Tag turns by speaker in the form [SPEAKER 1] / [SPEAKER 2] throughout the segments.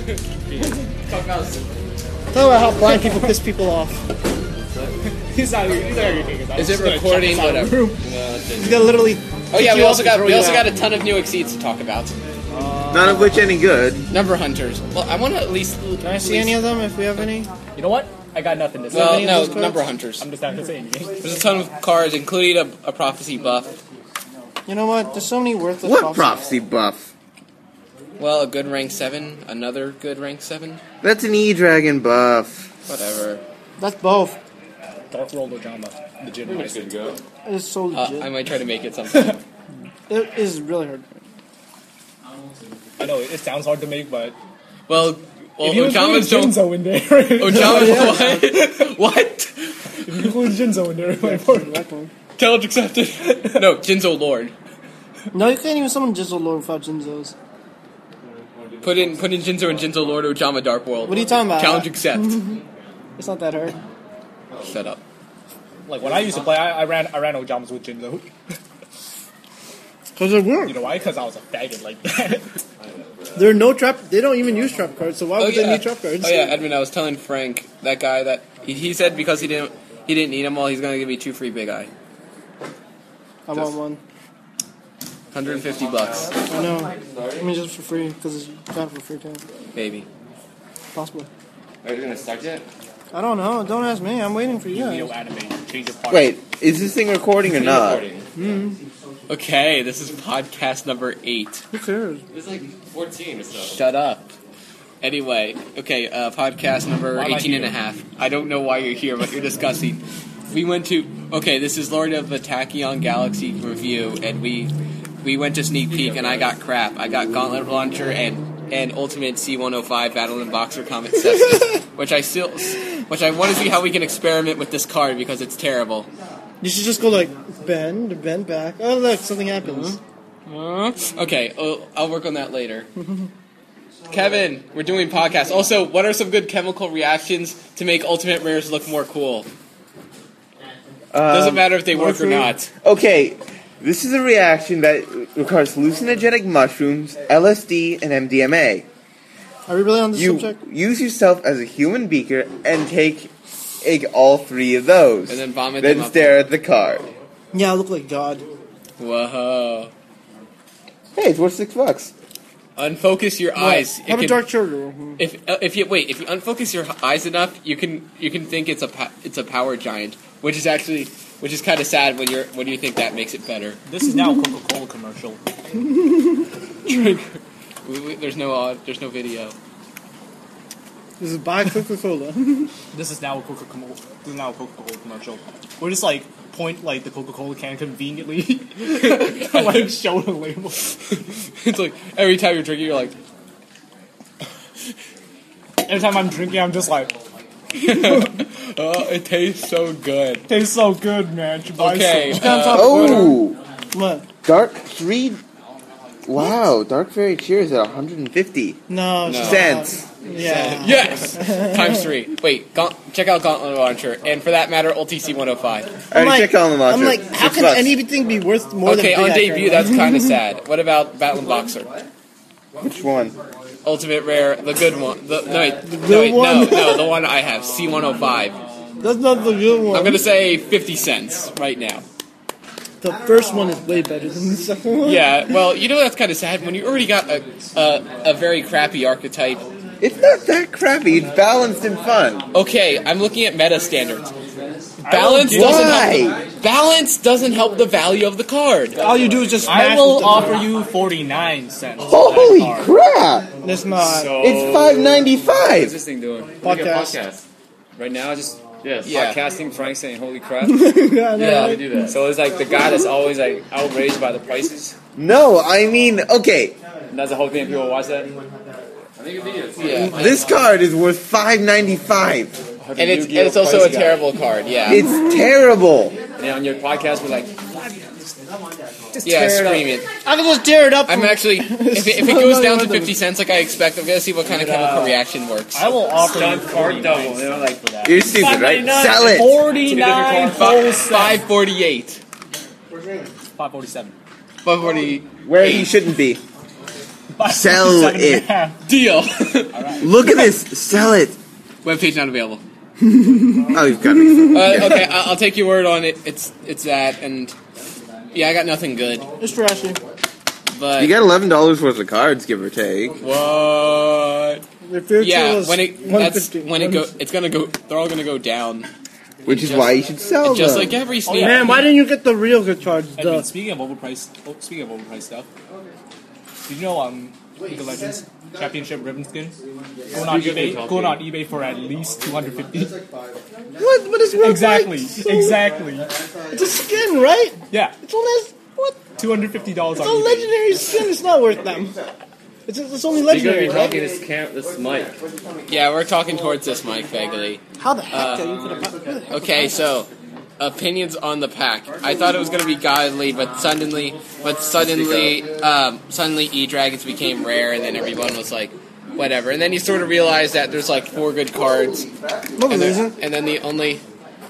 [SPEAKER 1] Fuck us.
[SPEAKER 2] Tell me about how blind people piss people off.
[SPEAKER 3] He's not. He's not gonna kick us out.
[SPEAKER 1] Is
[SPEAKER 3] He's
[SPEAKER 1] it
[SPEAKER 3] just gonna chuck
[SPEAKER 1] recording?
[SPEAKER 3] us out of the
[SPEAKER 1] Whatever.
[SPEAKER 3] room.
[SPEAKER 2] They'll literally.
[SPEAKER 1] Oh
[SPEAKER 2] kick
[SPEAKER 1] yeah, we
[SPEAKER 2] you
[SPEAKER 1] also
[SPEAKER 2] off and
[SPEAKER 1] got
[SPEAKER 2] throw
[SPEAKER 1] we
[SPEAKER 2] you
[SPEAKER 1] also
[SPEAKER 2] out.
[SPEAKER 1] got a ton of new exceeds to talk about.
[SPEAKER 4] Uh, None of which any good.
[SPEAKER 1] Number hunters. Well, I want to at least.
[SPEAKER 2] Can I see any of them if we have any?
[SPEAKER 3] You know what? I got nothing to say.
[SPEAKER 1] Well,
[SPEAKER 2] any of
[SPEAKER 1] no,
[SPEAKER 2] those cards? Um,
[SPEAKER 1] number hunters.
[SPEAKER 3] I'm just not gonna say anything.
[SPEAKER 1] There's a ton of cards, including a, a prophecy buff.
[SPEAKER 2] You know what? There's so many worthless.
[SPEAKER 4] What
[SPEAKER 2] props.
[SPEAKER 4] prophecy buff?
[SPEAKER 1] Well, a good rank seven, another good rank seven.
[SPEAKER 4] That's an E Dragon buff.
[SPEAKER 1] Whatever.
[SPEAKER 2] That's both.
[SPEAKER 3] Darth Rollo drama. Legitimized. it.
[SPEAKER 2] It is so
[SPEAKER 1] Uh,
[SPEAKER 2] legit.
[SPEAKER 1] I might try to make it something.
[SPEAKER 2] it is really hard.
[SPEAKER 3] I know it, it sounds hard to make, but
[SPEAKER 1] well, well
[SPEAKER 3] if you include
[SPEAKER 1] Ojama's don't.
[SPEAKER 3] Jinzo in there,
[SPEAKER 1] Ojama's what? what?
[SPEAKER 3] if you include Jinzo in there, it might work.
[SPEAKER 2] Like one.
[SPEAKER 1] Challenge accepted. no, Jinzo Lord.
[SPEAKER 2] No, you can't even summon Jizzle Lord without Jinzos.
[SPEAKER 1] Put in put in Jinzo and Jinzo Lord Ojama Dark World.
[SPEAKER 2] What are you talking about?
[SPEAKER 1] Challenge accept.
[SPEAKER 2] It's not that hard.
[SPEAKER 1] Shut up.
[SPEAKER 3] Like when I used to play, I, I ran I ran Ojamas with Jinzo.
[SPEAKER 2] Cause it works.
[SPEAKER 3] You know why? Because I was a faggot like that.
[SPEAKER 2] There are no trap. They don't even use trap cards, so why would they need trap cards?
[SPEAKER 1] Oh yeah, Edmund. I was telling Frank that guy that he, he said because he didn't he didn't need them all. He's gonna give me two free big eye,
[SPEAKER 2] I want one.
[SPEAKER 1] 150 bucks,
[SPEAKER 2] I know. I mean, just for free because it's got it for free too.
[SPEAKER 1] maybe.
[SPEAKER 2] Possibly.
[SPEAKER 1] Are you gonna start yet?
[SPEAKER 2] I don't know. Don't ask me. I'm waiting for you.
[SPEAKER 3] Neo
[SPEAKER 2] guys.
[SPEAKER 3] anime, change your part.
[SPEAKER 4] Wait, is this thing recording or not?
[SPEAKER 1] Okay, this is podcast number eight.
[SPEAKER 2] Who cares?
[SPEAKER 1] It's like 14 or so. Shut up. Anyway, okay, uh, podcast number
[SPEAKER 3] Why am I
[SPEAKER 1] 18 and a
[SPEAKER 3] here?
[SPEAKER 1] half. I don't know why you're here, but you're discussing. We went to okay. This is Lord of the Tachyon Galaxy review, and we we went to sneak peek, and I got crap. I got Gauntlet Launcher and and Ultimate C105 Battle and Boxer Comet Sepsis, which I still which I want to see how we can experiment with this card because it's terrible.
[SPEAKER 2] You should just go like bend, bend back. Oh look, something happens.
[SPEAKER 1] Okay, I'll, I'll work on that later. Kevin, we're doing podcasts. Also, what are some good chemical reactions to make ultimate rares look more cool? Doesn't matter if they work or
[SPEAKER 2] mushroom?
[SPEAKER 1] not.
[SPEAKER 4] Okay, this is a reaction that requires hallucinogenic mushrooms, LSD, and MDMA.
[SPEAKER 2] Are we really on this
[SPEAKER 4] You
[SPEAKER 2] subject?
[SPEAKER 4] use yourself as a human beaker and take, take all three of those.
[SPEAKER 1] And then vomit
[SPEAKER 4] Then
[SPEAKER 1] them up.
[SPEAKER 4] stare at the card.
[SPEAKER 2] Yeah, I look like God.
[SPEAKER 1] Whoa.
[SPEAKER 4] Hey, it's worth six bucks.
[SPEAKER 1] Unfocus your eyes. It
[SPEAKER 2] Have a
[SPEAKER 1] can-
[SPEAKER 2] dark sugar. Mhm.
[SPEAKER 1] if uh, if you wait, if you unfocus your eyes enough, you can you can think it's a pa- it's a power giant, which is actually which is kind of sad when you're when you think that makes it better.
[SPEAKER 3] This is now a Coca Cola commercial.
[SPEAKER 1] We, we, there's no uh, there's no video.
[SPEAKER 2] This is by Coca Cola.
[SPEAKER 3] This is now a Coca Cola. This is now a Coca Cola commercial. We're just like point like the Coca Cola can conveniently to, like show the label.
[SPEAKER 1] It's like every time you're drinking, you're like,
[SPEAKER 3] Every time I'm drinking, I'm just like,
[SPEAKER 1] oh, it tastes so good.
[SPEAKER 3] tastes so good, man. Should buy
[SPEAKER 1] Okay.
[SPEAKER 3] some."
[SPEAKER 1] uh,
[SPEAKER 4] Oh!
[SPEAKER 2] what?
[SPEAKER 4] Dark three. Wow, Dark Fairy Cheers at 150
[SPEAKER 2] No. it's not.
[SPEAKER 4] cents.
[SPEAKER 2] Yeah.
[SPEAKER 1] yes. Times three. Wait. Gaunt- check out Gauntlet Launcher, and for that matter, UltC 105.
[SPEAKER 4] Alright,
[SPEAKER 2] I'm like,
[SPEAKER 4] check on the launcher.
[SPEAKER 2] I'm like, how
[SPEAKER 4] Six
[SPEAKER 2] can
[SPEAKER 4] bucks.
[SPEAKER 2] anything be worth more
[SPEAKER 1] okay,
[SPEAKER 2] than
[SPEAKER 1] on
[SPEAKER 2] Big Actor?
[SPEAKER 1] debut, that's kind of sad. What about Battle and Boxer?
[SPEAKER 4] Which one?
[SPEAKER 1] Ultimate Rare, the good one. The, no, wait, no,
[SPEAKER 2] good
[SPEAKER 1] wait, no,
[SPEAKER 2] one?
[SPEAKER 1] no, the one I have, C105.
[SPEAKER 2] That's not the good one.
[SPEAKER 1] I'm gonna say 50 cents right now.
[SPEAKER 2] The first one is way better than the second one.
[SPEAKER 1] Yeah, well, you know that's kind of sad when you already got a, a, a very crappy archetype.
[SPEAKER 4] It's not that crappy. It's balanced and fun.
[SPEAKER 1] Okay, I'm looking at meta standards. Balance doesn't
[SPEAKER 4] get it. Why?
[SPEAKER 1] help. Balance doesn't help the value of the card.
[SPEAKER 2] All you do is just smash
[SPEAKER 3] I will
[SPEAKER 2] with
[SPEAKER 3] offer you 49 cents.
[SPEAKER 4] Holy crap!
[SPEAKER 2] them. That's not
[SPEAKER 4] It's five ninety five.
[SPEAKER 5] this thing doing?
[SPEAKER 2] podcast.
[SPEAKER 5] Right now, just
[SPEAKER 1] Yeah.
[SPEAKER 5] podcasting Frank saying, holy crap.
[SPEAKER 2] yeah,
[SPEAKER 1] Yeah.
[SPEAKER 2] no,
[SPEAKER 5] so it's like the guy that's always like outraged by the prices.
[SPEAKER 4] No, I mean, okay,
[SPEAKER 5] And that's the whole thing. People watch that.
[SPEAKER 1] Yeah.
[SPEAKER 4] this card is worth five ninety five.
[SPEAKER 1] And it's, and it's also a terrible card, yeah.
[SPEAKER 4] It's terrible.
[SPEAKER 5] And on your podcast, we're like,
[SPEAKER 1] yeah, scream it.
[SPEAKER 2] I can just tear it up.
[SPEAKER 1] I'm
[SPEAKER 2] for-
[SPEAKER 1] actually, if it, if it
[SPEAKER 2] No,
[SPEAKER 1] goes
[SPEAKER 2] no,
[SPEAKER 1] down
[SPEAKER 2] no,
[SPEAKER 1] to
[SPEAKER 2] no.
[SPEAKER 1] 50 cents like I expect, I'm gonna see what kind of chemical reaction works.
[SPEAKER 3] I will offer you
[SPEAKER 5] done card
[SPEAKER 3] 49
[SPEAKER 5] double. You know, like,
[SPEAKER 4] You're stupid, right? Sell it.
[SPEAKER 3] 49 whole cents.
[SPEAKER 1] 548.
[SPEAKER 3] 547.
[SPEAKER 1] 540.
[SPEAKER 4] Where you shouldn't be. Sell
[SPEAKER 3] Seven and a
[SPEAKER 4] it.
[SPEAKER 3] half.
[SPEAKER 1] Deal.
[SPEAKER 4] Look at this. Sell it.
[SPEAKER 1] Webpage not available.
[SPEAKER 4] Oh, you've got me.
[SPEAKER 1] Uh, okay, I- I'll take your word on it. It's it's that, and yeah, I got nothing good.
[SPEAKER 3] It's trashy.
[SPEAKER 1] But
[SPEAKER 4] You got eleven dollars worth of cards, give or take.
[SPEAKER 1] what?
[SPEAKER 2] Their future
[SPEAKER 1] Yeah,
[SPEAKER 2] is
[SPEAKER 1] when it that's
[SPEAKER 2] 150.
[SPEAKER 1] when it go, it's gonna go. They're all gonna go down.
[SPEAKER 4] Which is
[SPEAKER 1] Just-
[SPEAKER 4] why you should sell
[SPEAKER 1] Just
[SPEAKER 4] them.
[SPEAKER 1] like every sneak.
[SPEAKER 3] yeah.
[SPEAKER 2] Man, why didn't you get the real good charge?
[SPEAKER 3] I
[SPEAKER 2] Duh.
[SPEAKER 3] mean, speaking of overpriced, oh, speaking of overpriced stuff, did you know um League of Legends Championship ribbon skin going on eBay going on eBay for at least two hundred fifty.
[SPEAKER 2] what? But it's real
[SPEAKER 3] Exactly,
[SPEAKER 2] It's
[SPEAKER 3] exactly.
[SPEAKER 2] a skin, right?
[SPEAKER 3] Yeah,
[SPEAKER 2] It's only what?
[SPEAKER 3] two hundred fifty dollars on
[SPEAKER 2] It's a
[SPEAKER 3] eBay.
[SPEAKER 2] legendary skin. It's not worth them. It's, it's only
[SPEAKER 5] You're gonna
[SPEAKER 2] legendary.
[SPEAKER 5] be
[SPEAKER 2] Right?
[SPEAKER 5] talking this camp, this mic.
[SPEAKER 1] Yeah, we're talking towards this, Mike, vaguely.
[SPEAKER 2] How the heck are you gonna? Who the heck
[SPEAKER 1] Okay, so opinions on the pack. I thought it was gonna be godly, but suddenly, but suddenly, um, suddenly, e dragons became rare, and then everyone was like, whatever. And then you sort of realize that there's like four good cards,
[SPEAKER 2] No, Oh, there
[SPEAKER 1] and, there-
[SPEAKER 2] isn't.
[SPEAKER 1] and then the only.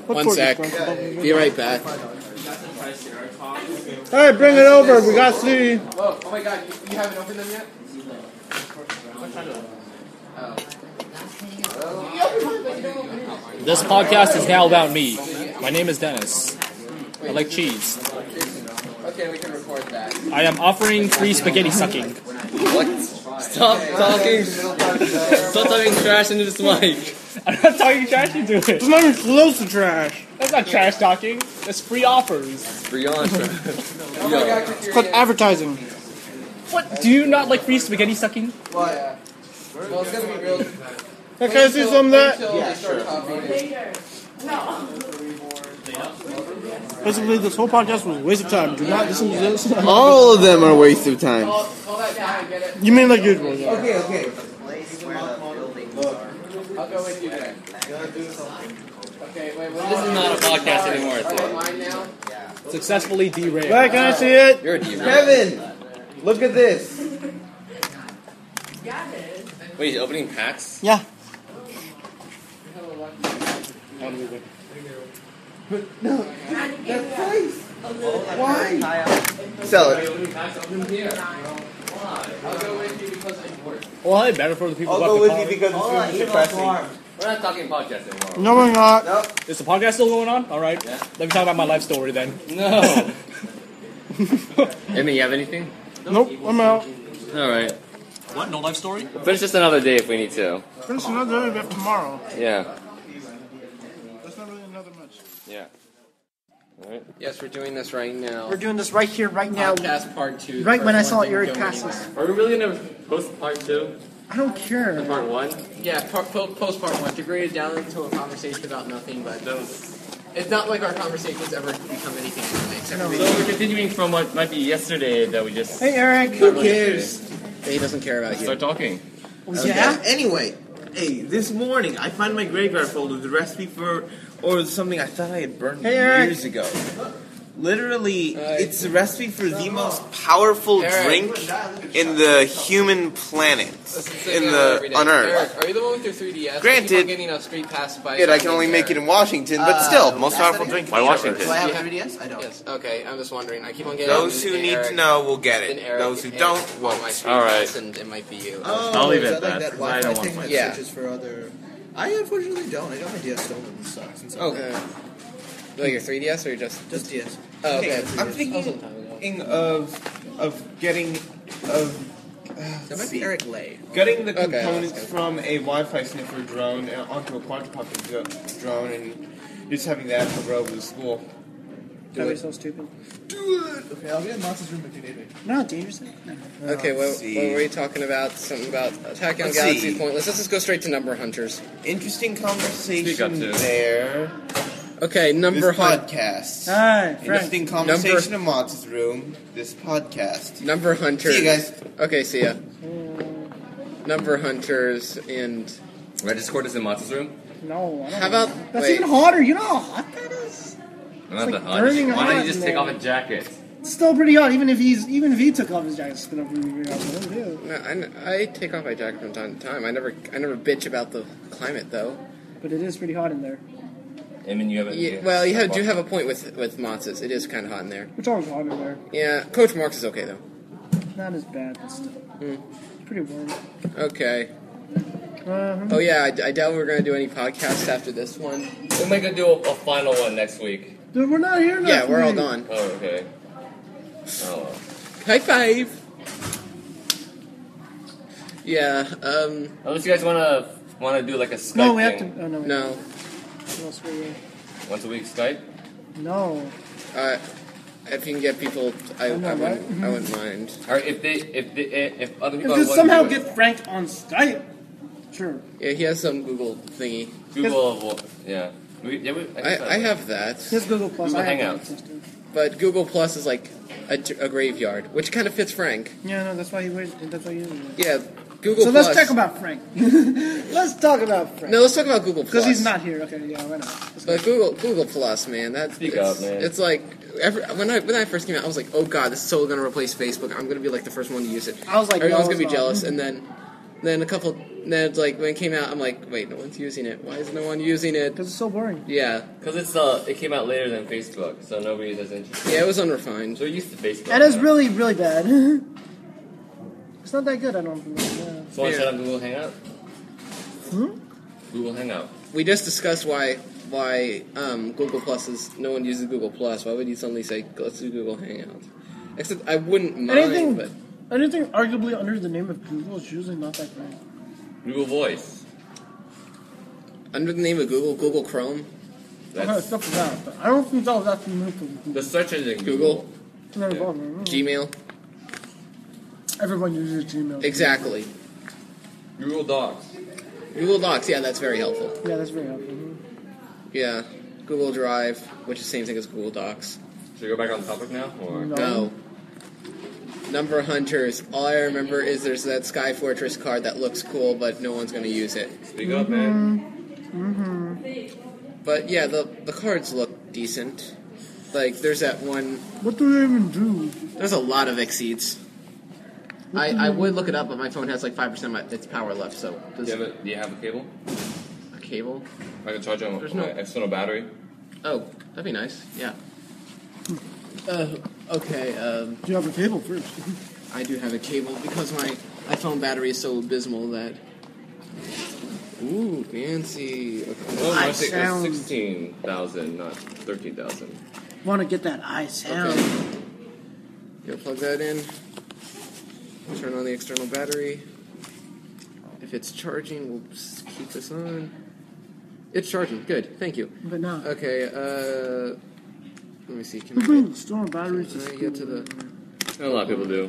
[SPEAKER 2] What
[SPEAKER 1] one
[SPEAKER 2] four good
[SPEAKER 1] sec.
[SPEAKER 2] cards?
[SPEAKER 1] Be right back.
[SPEAKER 2] All right, bring it over. We got the.
[SPEAKER 1] Oh, oh my god, you, you haven't opened them yet?
[SPEAKER 6] This podcast is now about me. My name is Dennis. I like cheese.
[SPEAKER 1] Okay, we can record that.
[SPEAKER 6] I am offering free spaghetti sucking.
[SPEAKER 5] Stop talking. Stop talking trash into this mic.
[SPEAKER 3] I'm not talking trash into it.
[SPEAKER 2] It's not even close to trash.
[SPEAKER 3] That's not trash talking. That's free offers.
[SPEAKER 5] Beyond trash.
[SPEAKER 2] It's called advertising.
[SPEAKER 3] What? Do you not like free spaghetti sucking?
[SPEAKER 1] Well, it's gonna be real.
[SPEAKER 2] Hey, can I see some of that?
[SPEAKER 1] Yeah, sure.
[SPEAKER 2] Basically, this whole podcast was a waste of time. Do not listen to this.
[SPEAKER 4] All of them are a waste of time.
[SPEAKER 2] you mean like usual? Yeah.
[SPEAKER 1] I'll go with you then. Okay, wait, what
[SPEAKER 5] This is not a podcast anymore. It's a-
[SPEAKER 1] mine now?
[SPEAKER 3] Successfully derailed.
[SPEAKER 2] Right, can I see it?
[SPEAKER 5] You're a derail.
[SPEAKER 4] Kevin, look at this.
[SPEAKER 5] Wait, you're opening packs?
[SPEAKER 2] Yeah.
[SPEAKER 4] Why? Sell it.
[SPEAKER 6] Well, hey, better for the people who have the
[SPEAKER 4] because it's depressing.
[SPEAKER 5] We're not talking podcast anymore.
[SPEAKER 2] No, we're not.
[SPEAKER 6] car. Is the podcast still going on? All right. Let me talk about my life story then.
[SPEAKER 5] No. Amy, you have anything?
[SPEAKER 2] Nope, I'm out.
[SPEAKER 5] All right.
[SPEAKER 3] What? No life story?
[SPEAKER 5] But it's just another day if we need to.
[SPEAKER 2] Finish another event tomorrow.
[SPEAKER 5] Yeah.
[SPEAKER 2] That's not really another much.
[SPEAKER 5] Yeah. All right.
[SPEAKER 1] Yes, we're doing this right now.
[SPEAKER 7] We're doing this right here, right now.
[SPEAKER 1] Podcast part two.
[SPEAKER 7] Right
[SPEAKER 1] the
[SPEAKER 7] when I
[SPEAKER 1] first
[SPEAKER 7] saw
[SPEAKER 1] one didn't
[SPEAKER 7] Eric
[SPEAKER 1] go
[SPEAKER 7] passes.
[SPEAKER 5] Are we really gonna post part two
[SPEAKER 7] I don't
[SPEAKER 5] and
[SPEAKER 7] care.
[SPEAKER 5] part one?
[SPEAKER 1] anywhere. Yeah, par- po- post part one. Degraded down into a conversation about nothing, but it's not like our conversations ever become anything really, except for
[SPEAKER 5] So we're continuing from what might be yesterday that we just
[SPEAKER 7] Hey, Eric.
[SPEAKER 4] Who cares?
[SPEAKER 1] he doesn't care about
[SPEAKER 5] start talking.
[SPEAKER 7] Yeah?
[SPEAKER 4] Anyway, hey, this morning I found my graveyard folder with the recipe for or something I thought I had burned
[SPEAKER 7] Hey, Eric.
[SPEAKER 4] years ago. Literally,
[SPEAKER 1] Hi.
[SPEAKER 4] it's the recipe for the most powerful
[SPEAKER 1] Eric.
[SPEAKER 4] drink in the human planet, in the on Earth.
[SPEAKER 1] Eric, are you the one with your 3DS? I
[SPEAKER 4] Granted-
[SPEAKER 1] keep on getting a street pass by.
[SPEAKER 4] Good, I can only make it in Washington,
[SPEAKER 7] Uh,
[SPEAKER 4] but still, most powerful drink. Why
[SPEAKER 5] Washington?
[SPEAKER 7] Do I have
[SPEAKER 1] Yeah.
[SPEAKER 7] a 3DS? I don't.
[SPEAKER 1] Yes. Okay. I'm just wondering. I keep on getting
[SPEAKER 4] Those
[SPEAKER 1] it
[SPEAKER 4] who
[SPEAKER 1] in
[SPEAKER 4] need
[SPEAKER 1] Eric,
[SPEAKER 4] to know will get
[SPEAKER 1] in
[SPEAKER 4] it.
[SPEAKER 1] Eric,
[SPEAKER 4] Those who
[SPEAKER 1] and
[SPEAKER 4] don't
[SPEAKER 1] on my
[SPEAKER 4] won't.
[SPEAKER 1] street
[SPEAKER 5] All right.
[SPEAKER 1] pass, and it might be you.
[SPEAKER 7] Oh,
[SPEAKER 5] I'll leave
[SPEAKER 7] is
[SPEAKER 5] it
[SPEAKER 7] that like
[SPEAKER 5] at that.
[SPEAKER 7] that Wi-Fi
[SPEAKER 5] I don't
[SPEAKER 7] thing
[SPEAKER 5] want
[SPEAKER 7] that
[SPEAKER 1] Yeah.
[SPEAKER 7] searches for other. I unfortunately don't. I got my DS stolen. It sucks. And so
[SPEAKER 4] Oh,
[SPEAKER 1] Like your 3DS or just?
[SPEAKER 7] Just DS.
[SPEAKER 1] Oh,
[SPEAKER 4] okay.
[SPEAKER 1] okay.
[SPEAKER 4] I'm
[SPEAKER 7] Oh.
[SPEAKER 4] thinking of of getting of
[SPEAKER 7] That might be Eric Lay.
[SPEAKER 4] Getting the
[SPEAKER 1] Okay,
[SPEAKER 4] components
[SPEAKER 1] that's good.
[SPEAKER 4] from a Wi-Fi sniffer drone and onto a quadricopter dro- drone and just having that hover over the school.
[SPEAKER 7] That was so stupid.
[SPEAKER 4] Dude!
[SPEAKER 7] Okay, I'll get in Monster's room if you need me. No, dangerous.
[SPEAKER 1] Okay,
[SPEAKER 7] Oh,
[SPEAKER 1] what,
[SPEAKER 4] see.
[SPEAKER 1] what were we talking about? Something about Attack on
[SPEAKER 4] Let's
[SPEAKER 1] Galaxy
[SPEAKER 4] see.
[SPEAKER 1] pointless. Let's just go straight to number hunters.
[SPEAKER 4] Interesting
[SPEAKER 5] Speak up,
[SPEAKER 4] conversation
[SPEAKER 5] too.
[SPEAKER 4] there.
[SPEAKER 1] Okay, number
[SPEAKER 4] This
[SPEAKER 1] hunt.
[SPEAKER 4] podcast.
[SPEAKER 7] Hi, Frank.
[SPEAKER 4] Interesting conversation in Monster's room. This podcast.
[SPEAKER 1] Number hunters.
[SPEAKER 4] See you guys.
[SPEAKER 1] Okay, see ya. Number hunters and
[SPEAKER 5] My Discord is in Monster's room.
[SPEAKER 7] No, I don't.
[SPEAKER 1] how about
[SPEAKER 7] That's
[SPEAKER 1] wait?
[SPEAKER 7] even hotter. You know how hot that is?
[SPEAKER 5] I'm not
[SPEAKER 7] It's
[SPEAKER 5] the
[SPEAKER 7] like
[SPEAKER 5] hot.
[SPEAKER 7] burning
[SPEAKER 5] Why don't
[SPEAKER 7] hot
[SPEAKER 5] you just
[SPEAKER 7] in
[SPEAKER 5] take
[SPEAKER 7] there.
[SPEAKER 5] off a jacket?
[SPEAKER 7] It's still pretty hot. Even if he's, even if he took off his jacket, it's gonna be really hot. for him, too.
[SPEAKER 1] No, I, I take off my jacket from time to time. I never I never bitch about the climate though.
[SPEAKER 7] But it is pretty hot in there.
[SPEAKER 5] I mean, you have a.
[SPEAKER 1] Yeah, well, you have, do have a point with with Monsters. It is kind of hot in there.
[SPEAKER 7] It's always hot in there.
[SPEAKER 1] Yeah, Coach Marks is okay though.
[SPEAKER 7] Not as bad, but still.
[SPEAKER 2] It's pretty boring.
[SPEAKER 1] Okay.
[SPEAKER 2] Uh,
[SPEAKER 1] Oh yeah, I, I doubt we're gonna do any podcasts after this one.
[SPEAKER 5] We'll make a do a, a final one next week.
[SPEAKER 2] dude, we're not here next
[SPEAKER 1] Yeah, we're all
[SPEAKER 2] week.
[SPEAKER 1] done.
[SPEAKER 5] Oh, okay. Oh, well.
[SPEAKER 1] High five. Yeah. Um.
[SPEAKER 5] Unless you guys wanna wanna do like a Skype
[SPEAKER 2] No, we have to.
[SPEAKER 5] thing.
[SPEAKER 2] Oh, no. wait.
[SPEAKER 1] No.
[SPEAKER 2] What else were we-
[SPEAKER 5] once a week Skype.
[SPEAKER 2] No.
[SPEAKER 1] Uh, if you can get people, I, I
[SPEAKER 2] I know,
[SPEAKER 1] wouldn't.
[SPEAKER 2] right?
[SPEAKER 1] I wouldn't mind.
[SPEAKER 5] Or if they if they, eh, if other
[SPEAKER 2] If
[SPEAKER 5] people
[SPEAKER 2] this
[SPEAKER 5] want
[SPEAKER 2] somehow
[SPEAKER 5] to do it,
[SPEAKER 2] get Frank on Skype, sure.
[SPEAKER 1] Yeah, he has some Google thingy.
[SPEAKER 5] Google Vo- yeah. We, yeah we, think
[SPEAKER 1] I,
[SPEAKER 5] so.
[SPEAKER 1] I have that,
[SPEAKER 2] His Google Plus.
[SPEAKER 5] Google
[SPEAKER 2] I have
[SPEAKER 5] Hangouts.
[SPEAKER 2] access to it.
[SPEAKER 1] but Google Plus is like a, d- a graveyard, which kind of fits Frank.
[SPEAKER 2] Yeah, no, that's why he wears. That's why he uses it.
[SPEAKER 1] Yeah. Google.
[SPEAKER 2] so
[SPEAKER 1] Plus.
[SPEAKER 2] let's talk about Frank. let's talk about Frank.
[SPEAKER 1] No, let's talk about Google Plus.
[SPEAKER 2] Because he's not here. Okay, yeah, why not?
[SPEAKER 1] But Google Google Plus, man, that's
[SPEAKER 5] Speak
[SPEAKER 1] it's,
[SPEAKER 5] up, man.
[SPEAKER 1] it's like every, when I when I first came out, I was like, oh god, this is so gonna replace Facebook. I'm gonna be like the first one to use it.
[SPEAKER 2] I was like,
[SPEAKER 1] everyone's
[SPEAKER 2] no,
[SPEAKER 1] gonna be
[SPEAKER 2] it's not.
[SPEAKER 1] jealous. And then then a couple then it's like when it came out, I'm like, wait, no one's using it. Why is no one using it?
[SPEAKER 2] Because it's so boring.
[SPEAKER 1] Yeah,
[SPEAKER 5] Because it's uh, it came out later than Facebook, so nobody's as interested.
[SPEAKER 1] yeah, it was unrefined.
[SPEAKER 5] So we're used to Facebook.
[SPEAKER 2] And it's
[SPEAKER 5] now.
[SPEAKER 2] really, really bad. it's not that good, I don't think. Yeah.
[SPEAKER 5] Someone set up Google Hangout. Google Hangout.
[SPEAKER 1] We just discussed why why um, Google Plus is no one uses Google Plus. Why would you suddenly say let's do Google Hangouts? Except I wouldn't mind,
[SPEAKER 2] Anything,
[SPEAKER 1] but
[SPEAKER 2] anything arguably under the name of Google is usually not that great.
[SPEAKER 5] Google Voice.
[SPEAKER 1] under the name of Google, Google Chrome,
[SPEAKER 2] Okay,
[SPEAKER 5] That's
[SPEAKER 2] stuff like that, but I don't think that was actually new to
[SPEAKER 5] the
[SPEAKER 2] Google.
[SPEAKER 5] search engine.
[SPEAKER 1] Google.
[SPEAKER 2] It's not involved in it.
[SPEAKER 1] Gmail,
[SPEAKER 2] Everyone uses Gmail.
[SPEAKER 1] exactly.
[SPEAKER 5] Google Docs.
[SPEAKER 1] Google Docs, yeah, that's very helpful.
[SPEAKER 2] Yeah, that's very helpful.
[SPEAKER 1] Yeah, Google Drive, which is the same thing as Google Docs.
[SPEAKER 5] Should we go back on topic now? Or
[SPEAKER 2] No.
[SPEAKER 1] No. Number hunters. All I remember is there's that Sky Fortress card that looks cool, but no one's gonna use it.
[SPEAKER 5] speak up, man.
[SPEAKER 1] But yeah, the the cards look decent. Like there's that one.
[SPEAKER 2] What do they even do?
[SPEAKER 1] There's a lot of exceeds. I, I would look it up, but my phone has like five percent of my- its power left, so
[SPEAKER 5] Do
[SPEAKER 1] does
[SPEAKER 5] you, have a, do you have a cable?
[SPEAKER 1] a cable.
[SPEAKER 5] I can charge it on
[SPEAKER 1] There's
[SPEAKER 5] my
[SPEAKER 1] no-
[SPEAKER 5] external battery.
[SPEAKER 1] Oh, that'd be nice. Yeah. Uh, okay. Um,
[SPEAKER 2] You have a cable first.
[SPEAKER 1] I do have a cable because my iPhone battery is so abysmal that. Ooh, fancy. Okay.
[SPEAKER 5] Oh,
[SPEAKER 2] I
[SPEAKER 5] I think
[SPEAKER 2] sound-
[SPEAKER 5] it's sixteen thousand, not thirteen thousand.
[SPEAKER 2] Want to get that eye sound.
[SPEAKER 1] okay. Go plug that in. Turn on the external battery. If it's charging, we'll s- keep this on. It's charging. Good. Thank you.
[SPEAKER 2] But not.
[SPEAKER 1] Okay. Uh, let me see. Can I
[SPEAKER 2] Storm
[SPEAKER 1] get,
[SPEAKER 2] batteries
[SPEAKER 1] can
[SPEAKER 2] is
[SPEAKER 1] I get to the?
[SPEAKER 5] A lot of people do.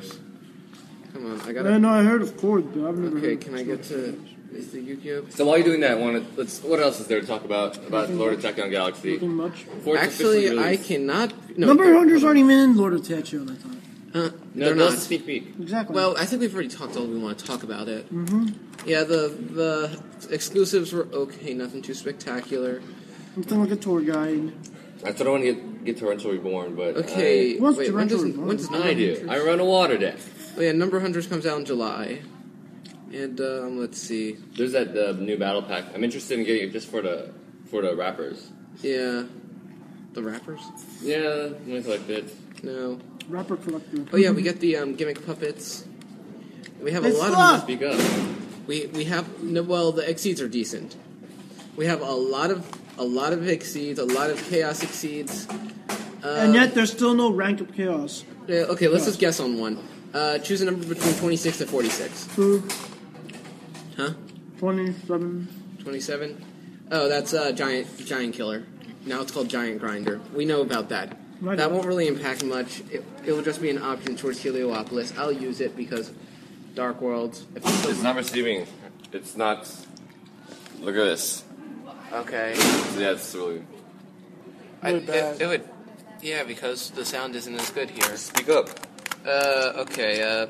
[SPEAKER 1] Come on. I
[SPEAKER 2] No,
[SPEAKER 1] gotta.
[SPEAKER 2] no, I heard of cords, but I've never
[SPEAKER 1] Okay.
[SPEAKER 2] heard
[SPEAKER 1] Can I get to? Is the Yu-Gi-Oh?
[SPEAKER 5] So while you're doing that, I want to let's. What else is there to talk about about Lord Attack on Galaxy?
[SPEAKER 2] Nothing much.
[SPEAKER 5] Before it's
[SPEAKER 1] Actually,
[SPEAKER 5] officially
[SPEAKER 1] I
[SPEAKER 5] released-
[SPEAKER 1] cannot. No,
[SPEAKER 2] Number
[SPEAKER 1] they're-
[SPEAKER 2] hunters aren't even in Lord of Tatchio, I thought.
[SPEAKER 1] Uh,
[SPEAKER 5] No,
[SPEAKER 1] they're
[SPEAKER 5] that's
[SPEAKER 1] not.
[SPEAKER 5] a sneak peek.
[SPEAKER 2] Exactly.
[SPEAKER 1] Well, I think we've already talked all we want to talk about it. Mm-hmm. Yeah, the the exclusives were okay, nothing too spectacular.
[SPEAKER 2] Something like a tour guide.
[SPEAKER 5] I sort of want to get get Torrential Reborn, but
[SPEAKER 1] Okay,
[SPEAKER 2] What's
[SPEAKER 1] wait, when
[SPEAKER 2] Torrential
[SPEAKER 1] does,
[SPEAKER 2] Reborn?
[SPEAKER 1] when does
[SPEAKER 5] I, I
[SPEAKER 1] Number
[SPEAKER 5] do.
[SPEAKER 1] Hunters-
[SPEAKER 5] I run a water deck.
[SPEAKER 1] oh, yeah, Number Hunters comes out in July, and um, let's see.
[SPEAKER 5] There's that uh, new battle pack. I'm interested in getting it just for the for the rappers.
[SPEAKER 1] Yeah, the rappers.
[SPEAKER 5] Yeah, nice like bits.
[SPEAKER 1] No.
[SPEAKER 2] Rapper collector.
[SPEAKER 1] Oh yeah, we get the um, gimmick puppets. We have a
[SPEAKER 2] They
[SPEAKER 1] lot
[SPEAKER 2] suck!
[SPEAKER 1] of.
[SPEAKER 5] Speak up.
[SPEAKER 1] We we have no, well the exceeds are decent. We have a lot of a lot of exceeds, a lot of chaos exceeds.
[SPEAKER 8] Um, uh,
[SPEAKER 2] and yet there's still no rank up chaos.
[SPEAKER 1] Yeah, okay, let's just guess on one. Uh, choose a number between 26 to 46.
[SPEAKER 2] Two,
[SPEAKER 1] Huh?
[SPEAKER 2] twenty-seven.
[SPEAKER 1] 27? Oh, that's uh, giant giant killer. Now it's called giant grinder. We know about that.
[SPEAKER 2] Right.
[SPEAKER 1] That won't really impact much. It, it will just be an option towards Heliopolis. I'll use it because Dark Worlds. If it's
[SPEAKER 5] It's not receiving. It's not. Look at this.
[SPEAKER 1] okay.
[SPEAKER 5] Yeah, it's really.
[SPEAKER 1] I, it, it would. Yeah, because the sound isn't as good here.
[SPEAKER 5] Speak up.
[SPEAKER 1] Uh, okay. Uh,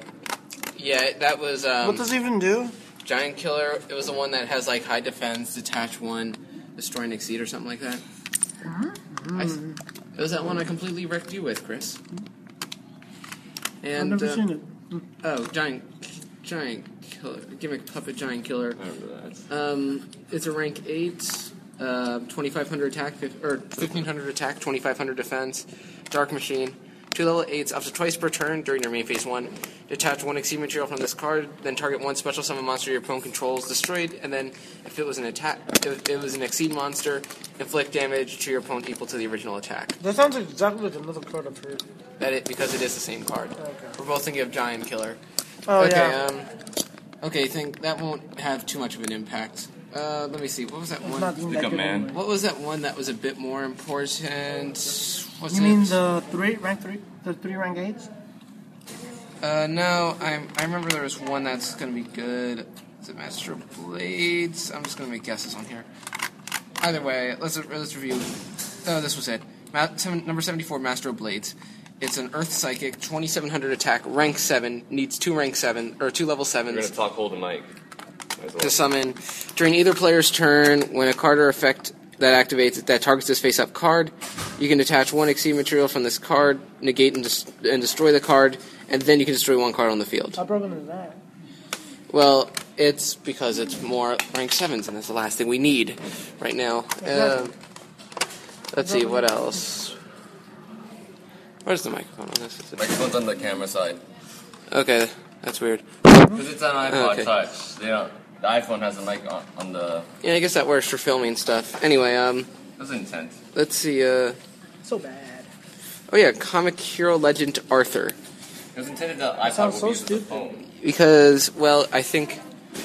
[SPEAKER 1] yeah, that was. Um,
[SPEAKER 9] What does it even do?
[SPEAKER 1] Giant Killer. It was the one that has like high defense, detach one, destroy and exceed, or something like that.
[SPEAKER 2] Mm-hmm.
[SPEAKER 1] I s- it was that one I completely wrecked you with, Chris.
[SPEAKER 2] I've
[SPEAKER 1] And
[SPEAKER 2] never
[SPEAKER 1] uh,
[SPEAKER 2] seen it.
[SPEAKER 1] oh, Giant, Giant Killer, gimmick puppet Giant Killer.
[SPEAKER 5] I remember that.
[SPEAKER 1] Um, it's a rank eight, uh, 2500 attack, fif- or 1500 attack, 2500 defense, dark machine.
[SPEAKER 8] Two level 8s up to twice per turn during your main phase 1. Detach one exceed material from this card, then target one special summon monster your opponent controls destroyed, and then if it was an attack, if it was an exceed monster, inflict damage to your opponent equal to the original attack.
[SPEAKER 10] That sounds exactly like another card I've heard.
[SPEAKER 8] That it because it is the same card. We're both thinking of Giant Killer.
[SPEAKER 10] Oh,
[SPEAKER 8] okay,
[SPEAKER 10] yeah.
[SPEAKER 8] um, okay, I think that won't have too much of an impact. Uh, let me see. What was that
[SPEAKER 10] It's not
[SPEAKER 8] one?
[SPEAKER 10] even that good
[SPEAKER 5] man.
[SPEAKER 10] anyway.
[SPEAKER 8] What was that one that was a bit more important? What's
[SPEAKER 10] You mean
[SPEAKER 8] it?
[SPEAKER 10] the three rank three, the three rank eights?
[SPEAKER 8] Uh, no, I I remember there was one that's gonna be good. Is it Master of Blades? I'm just gonna make guesses on here. Either way, let's let's review. Oh, this was it. Ma- seven, number seventy-four, Master of Blades. It's an Earth Psychic, twenty-seven hundred attack, rank seven. Needs two rank seven or two level
[SPEAKER 5] You're gonna
[SPEAKER 8] sevens
[SPEAKER 5] talk hold the mic. Might as well.
[SPEAKER 8] to summon during either player's turn when a card or effect that activates that targets this face-up card. You can detach one exceed material from this card, negate and, des- and destroy the card, and then you can destroy one card on the field.
[SPEAKER 10] How broken is that?
[SPEAKER 8] Well, it's because it's more rank sevens, and that's the last thing we need right now. Um let's see what else. Where's the microphone on this? Is it-
[SPEAKER 5] Microphone's on the camera side.
[SPEAKER 8] Okay, that's weird.
[SPEAKER 5] Because it's an iPod
[SPEAKER 8] Okay.
[SPEAKER 5] Touch. They don't, the iPhone has a mic on, on the.
[SPEAKER 8] Yeah, I guess that works for filming stuff. Anyway, um,
[SPEAKER 5] That's intent.
[SPEAKER 8] let's see. Uh,
[SPEAKER 11] So bad.
[SPEAKER 8] oh yeah, comic hero legend Arthur.
[SPEAKER 5] It was intended that iPod
[SPEAKER 10] sounds
[SPEAKER 5] would
[SPEAKER 10] so
[SPEAKER 5] be used as a
[SPEAKER 10] stupid.
[SPEAKER 5] phone.
[SPEAKER 8] because well i think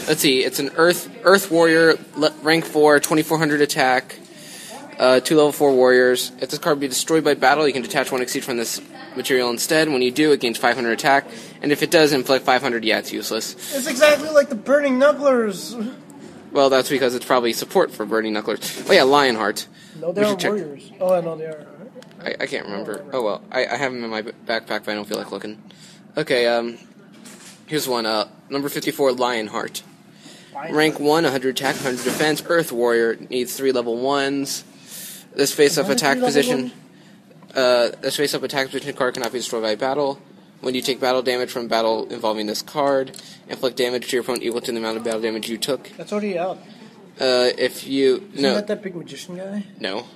[SPEAKER 8] let's see it's an earth earth warrior le- rank 4 2400 attack uh, two level 4 warriors if this card be destroyed by battle you can detach one exceed from this material instead when you do it gains 500 attack and if it does inflict 500 yeah it's useless
[SPEAKER 10] It's exactly like the burning knucklers.
[SPEAKER 8] well that's because it's probably support for burning knucklers oh yeah lionheart
[SPEAKER 10] No,
[SPEAKER 8] We
[SPEAKER 10] they're
[SPEAKER 8] should check.
[SPEAKER 10] warriors. Oh, I know they are.
[SPEAKER 8] i, I can't remember oh well I, I have them in my b- backpack but i don't feel like looking okay um here's one uh, number 54 lionheart Rank 1, 100 attack, 100 defense. Earth Warrior needs 3 level 1s. This face up
[SPEAKER 10] Another
[SPEAKER 8] attack
[SPEAKER 10] three level
[SPEAKER 8] position. Uh, this face up attack position card cannot be destroyed by battle. When you take battle damage from battle involving this card, inflict damage to your opponent equal to the amount of battle damage you took.
[SPEAKER 10] That's already out.
[SPEAKER 8] Uh, if you.
[SPEAKER 10] Isn't
[SPEAKER 8] No.
[SPEAKER 10] that that big magician guy?
[SPEAKER 8] No.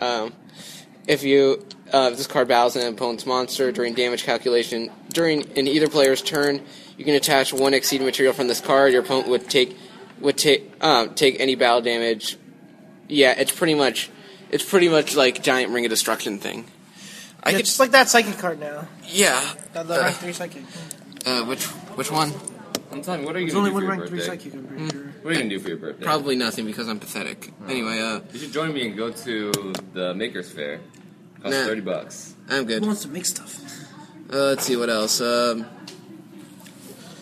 [SPEAKER 8] Um, if you uh, if this card battles an opponent's monster during damage calculation during in either player's turn, you can attach one exceed material from this card. Your opponent would take would take um, take any battle damage. Yeah, it's pretty much it's pretty much like giant ring of destruction thing. I
[SPEAKER 10] yeah,
[SPEAKER 8] could
[SPEAKER 10] just like that psychic card now.
[SPEAKER 8] yeah.
[SPEAKER 10] That the rank three psychic.
[SPEAKER 8] Uh, which which one?
[SPEAKER 5] I'm telling you, what are you
[SPEAKER 10] There's
[SPEAKER 5] gonna
[SPEAKER 10] only
[SPEAKER 5] do for
[SPEAKER 10] one
[SPEAKER 5] your
[SPEAKER 10] rank three
[SPEAKER 5] birthday?
[SPEAKER 10] psychic. I'm pretty
[SPEAKER 8] Hmm.
[SPEAKER 10] sure.
[SPEAKER 5] What are you gonna do for your birthday?
[SPEAKER 8] Probably nothing because I'm pathetic. Anyway, uh,
[SPEAKER 5] You should join me and go to the Maker's Fair. Costs
[SPEAKER 8] Nah.
[SPEAKER 5] thirty bucks.
[SPEAKER 8] I'm
[SPEAKER 10] Who
[SPEAKER 8] good. Uh,
[SPEAKER 10] wants to make stuff?
[SPEAKER 1] Uh,
[SPEAKER 8] let's see what else. Um,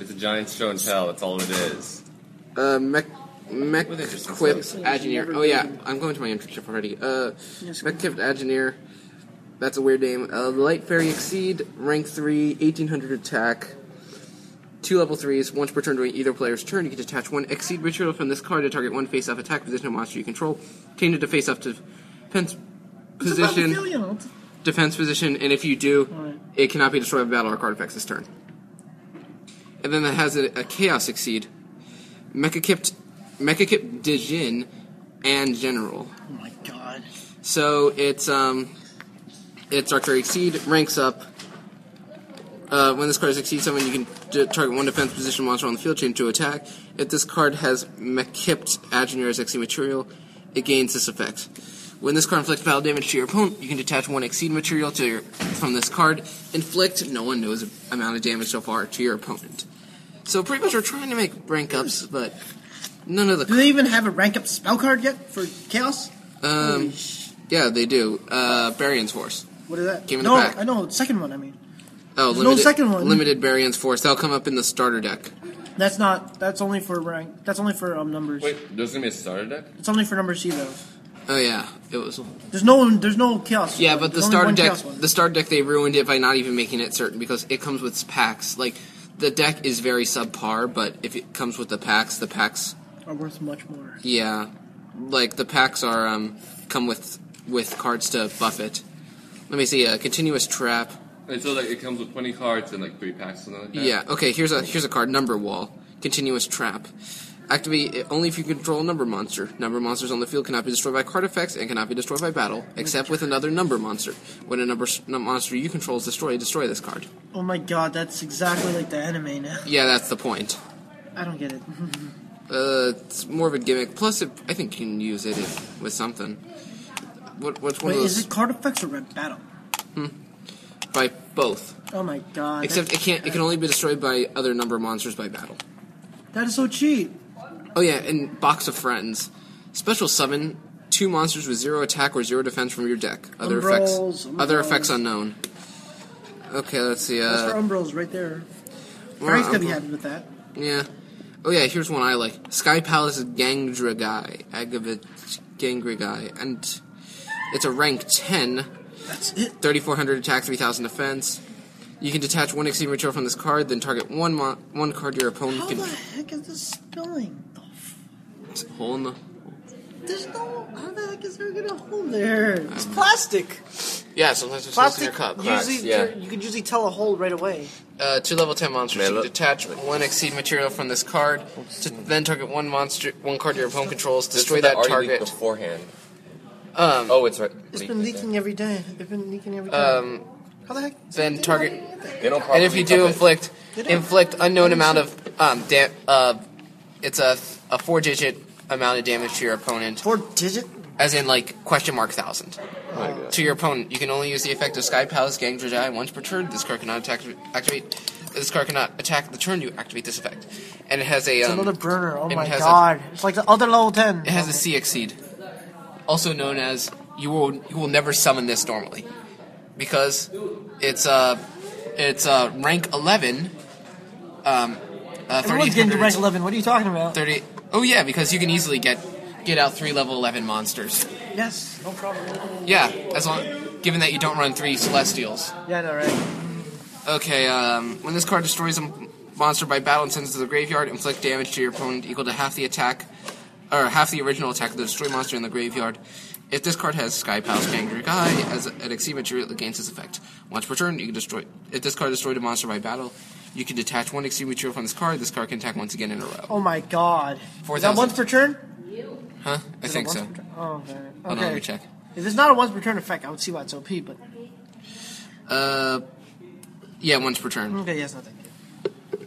[SPEAKER 5] It's a giant show and tell. That's all it is.
[SPEAKER 8] Uh, mech, mech
[SPEAKER 5] Well, they're just
[SPEAKER 8] quip
[SPEAKER 5] associated.
[SPEAKER 8] Agineer. Oh yeah, I'm going to my internship already. Uh, mech quip Agineer. That's a weird name. Uh, Light Fairy Exceed, rank 3, 1800 attack. Two level 3s, once per turn during either player's turn. You can detach one Exceed ritual from this card to target one face up attack position of monster you control. Change it to face up to defense
[SPEAKER 10] Position.
[SPEAKER 8] position, defense position, and if you do, it cannot be destroyed by battle or card effects this turn. And then that has a, a Chaos Exceed. Mechakipt, Mechakipt Dijin, and General.
[SPEAKER 10] Oh my god.
[SPEAKER 8] So it's um, it's Archer Exceed ranks up. Uh, when this card exceeds someone, you can d- target one defense position monster on the field, change to attack. If this card has Mechipped Agenir as Exceed material, it gains this effect. When this card inflicts battle damage to your opponent, you can detach one Exceed material to your, from this card. Inflict no one knows the amount of damage so far to your opponent. So pretty much we're trying to make rank ups, but none of the
[SPEAKER 11] Do they even have a rank up spell card yet for Chaos?
[SPEAKER 8] um, yeah they do. Uh, Barion's Force.
[SPEAKER 11] What is that?
[SPEAKER 8] Give me the
[SPEAKER 11] no,
[SPEAKER 8] pack.
[SPEAKER 11] I know. Second one. I mean,
[SPEAKER 8] Oh,
[SPEAKER 11] There's no
[SPEAKER 8] limited,
[SPEAKER 11] second one.
[SPEAKER 8] Limited variance force. That'll come up in the starter deck.
[SPEAKER 11] that's not. That's only for rank. That's only for um numbers.
[SPEAKER 5] Wait, there's gonna be a starter deck.
[SPEAKER 11] It's only for number C though.
[SPEAKER 8] Oh yeah, it was.
[SPEAKER 11] There's no. There's no Chaos.
[SPEAKER 8] Yeah,
[SPEAKER 11] one.
[SPEAKER 8] but the
[SPEAKER 11] There's only
[SPEAKER 8] starter
[SPEAKER 11] one
[SPEAKER 8] deck,
[SPEAKER 11] Chaos one.
[SPEAKER 8] the starter deck, they ruined it by not even making it certain because it comes with packs. Like the deck is very subpar, but if it comes with the packs, the packs,
[SPEAKER 11] are worth much more.
[SPEAKER 8] yeah, like the packs are um come with with cards to buff it. Let me see. A continuous trap.
[SPEAKER 5] And so like it comes with twenty cards and like three packs and all like that.
[SPEAKER 8] Yeah. Okay. Here's a here's a card. Number wall. Continuous trap.
[SPEAKER 1] Activate it only if you control a number monster. Number monsters on the field cannot be destroyed by card effects and cannot be destroyed by battle, except with another number monster. When a number s- num- monster you control is destroyed, destroy this card.
[SPEAKER 2] Oh my god, that's exactly like the anime now.
[SPEAKER 1] Yeah, that's the point.
[SPEAKER 2] I don't get it.
[SPEAKER 1] Uh, it's more of a gimmick. Plus, it, I think you can use it if, with something. What, what's one
[SPEAKER 2] Wait,
[SPEAKER 1] of those?
[SPEAKER 2] is it card effects or red battle?
[SPEAKER 1] by both.
[SPEAKER 2] Oh my god.
[SPEAKER 1] Except it
[SPEAKER 2] that's-
[SPEAKER 1] can't. It can only be destroyed by other number monsters by battle.
[SPEAKER 2] That is so cheap.
[SPEAKER 1] Oh yeah, and box of friends. Special summon two monsters with zero attack or zero defense from your deck. Other
[SPEAKER 2] Umbrals,
[SPEAKER 1] effects. Other
[SPEAKER 2] umbrals.
[SPEAKER 1] effects unknown. Okay, let's see. Uh,
[SPEAKER 2] Mr. Umbrals right there.
[SPEAKER 1] more
[SPEAKER 2] Frank's gonna be
[SPEAKER 1] umbral-
[SPEAKER 2] happy with that.
[SPEAKER 1] Yeah. Oh yeah, here's one I like. Sky Palace Gangra guy, Agavit Gangra guy, and it's a rank 10,
[SPEAKER 2] That's it.
[SPEAKER 1] 3400 attack, 3000 defense. You can detach one Exceeding Ritual from this card, then target one mo- one card your opponent
[SPEAKER 2] How
[SPEAKER 1] can
[SPEAKER 2] the heck is this spelling? The f-
[SPEAKER 1] hole in the.
[SPEAKER 2] There's no. How the heck is there gonna hole there? It's plastic.
[SPEAKER 1] Yeah, sometimes it's supposed to your cup.
[SPEAKER 2] usually,
[SPEAKER 5] yeah.
[SPEAKER 2] you could usually tell a hole right away.
[SPEAKER 1] Uh, two level ten monsters.
[SPEAKER 5] Man,
[SPEAKER 1] you
[SPEAKER 5] look-
[SPEAKER 1] can detach one exceed material from this card, to then target one monster, one card your opponent controls,
[SPEAKER 5] This
[SPEAKER 1] destroy
[SPEAKER 5] was
[SPEAKER 1] that
[SPEAKER 5] already leaked
[SPEAKER 1] target.
[SPEAKER 5] beforehand.
[SPEAKER 1] Um,
[SPEAKER 5] Oh, it's right.
[SPEAKER 2] It's been leaking every day. It's been leaking every day.
[SPEAKER 1] um,
[SPEAKER 2] How the heck?
[SPEAKER 1] then target,
[SPEAKER 5] They don't
[SPEAKER 1] and if you
[SPEAKER 5] properly
[SPEAKER 1] do
[SPEAKER 5] cup it.
[SPEAKER 1] inflict,
[SPEAKER 2] They don't-
[SPEAKER 1] inflict unknown amount of um, da- uh, it's a a four digit amount of damage to your opponent,
[SPEAKER 2] Four digit?
[SPEAKER 1] as in like question mark thousand. to your opponent, you can only use the effect of Sky Palace Gang Jedi once per turn. This card cannot attack, activate. This card cannot attack the turn you activate this effect, and it has a
[SPEAKER 2] It's
[SPEAKER 1] um,
[SPEAKER 2] another burner. Oh
[SPEAKER 1] it
[SPEAKER 2] my
[SPEAKER 1] has a-
[SPEAKER 2] god. it's like the other level 10.
[SPEAKER 1] It has a C exceed, also known as you will you will never summon this normally, because it's uh, it's uh, rank eleven. Um, uh,
[SPEAKER 2] Everyone's getting to rank
[SPEAKER 1] 30
[SPEAKER 2] 11. What are you talking about?
[SPEAKER 1] 30 Oh yeah, because you can easily get get out three level eleven monsters.
[SPEAKER 2] Yes, no problem.
[SPEAKER 1] Yeah, as long given that you don't run three celestials.
[SPEAKER 2] Yeah, I know, right?
[SPEAKER 1] Okay, um, when this card destroys a m- monster by battle and sends it to the graveyard, inflict damage to your opponent equal to half the attack, or half the original attack of the destroyed monster in the graveyard. If this card has Sky Palace Kangri Guy as a- an exceed material, it gains this effect. Once per turn, you can destroy. If this card destroyed a monster by battle, you can detach one exceed material from this card. This card can attack once again in a row.
[SPEAKER 2] Oh my god. Is that
[SPEAKER 1] 4,000.
[SPEAKER 2] once per turn?
[SPEAKER 1] Huh? I
[SPEAKER 2] Is it
[SPEAKER 1] think
[SPEAKER 2] once
[SPEAKER 1] so.
[SPEAKER 2] per turn? Oh, okay.
[SPEAKER 1] Hold on,
[SPEAKER 2] okay.
[SPEAKER 1] let me check.
[SPEAKER 2] If it's not a once per turn effect, I would see why it's OP, but.
[SPEAKER 1] Uh, yeah, once per turn.
[SPEAKER 2] Okay, yes, nothing.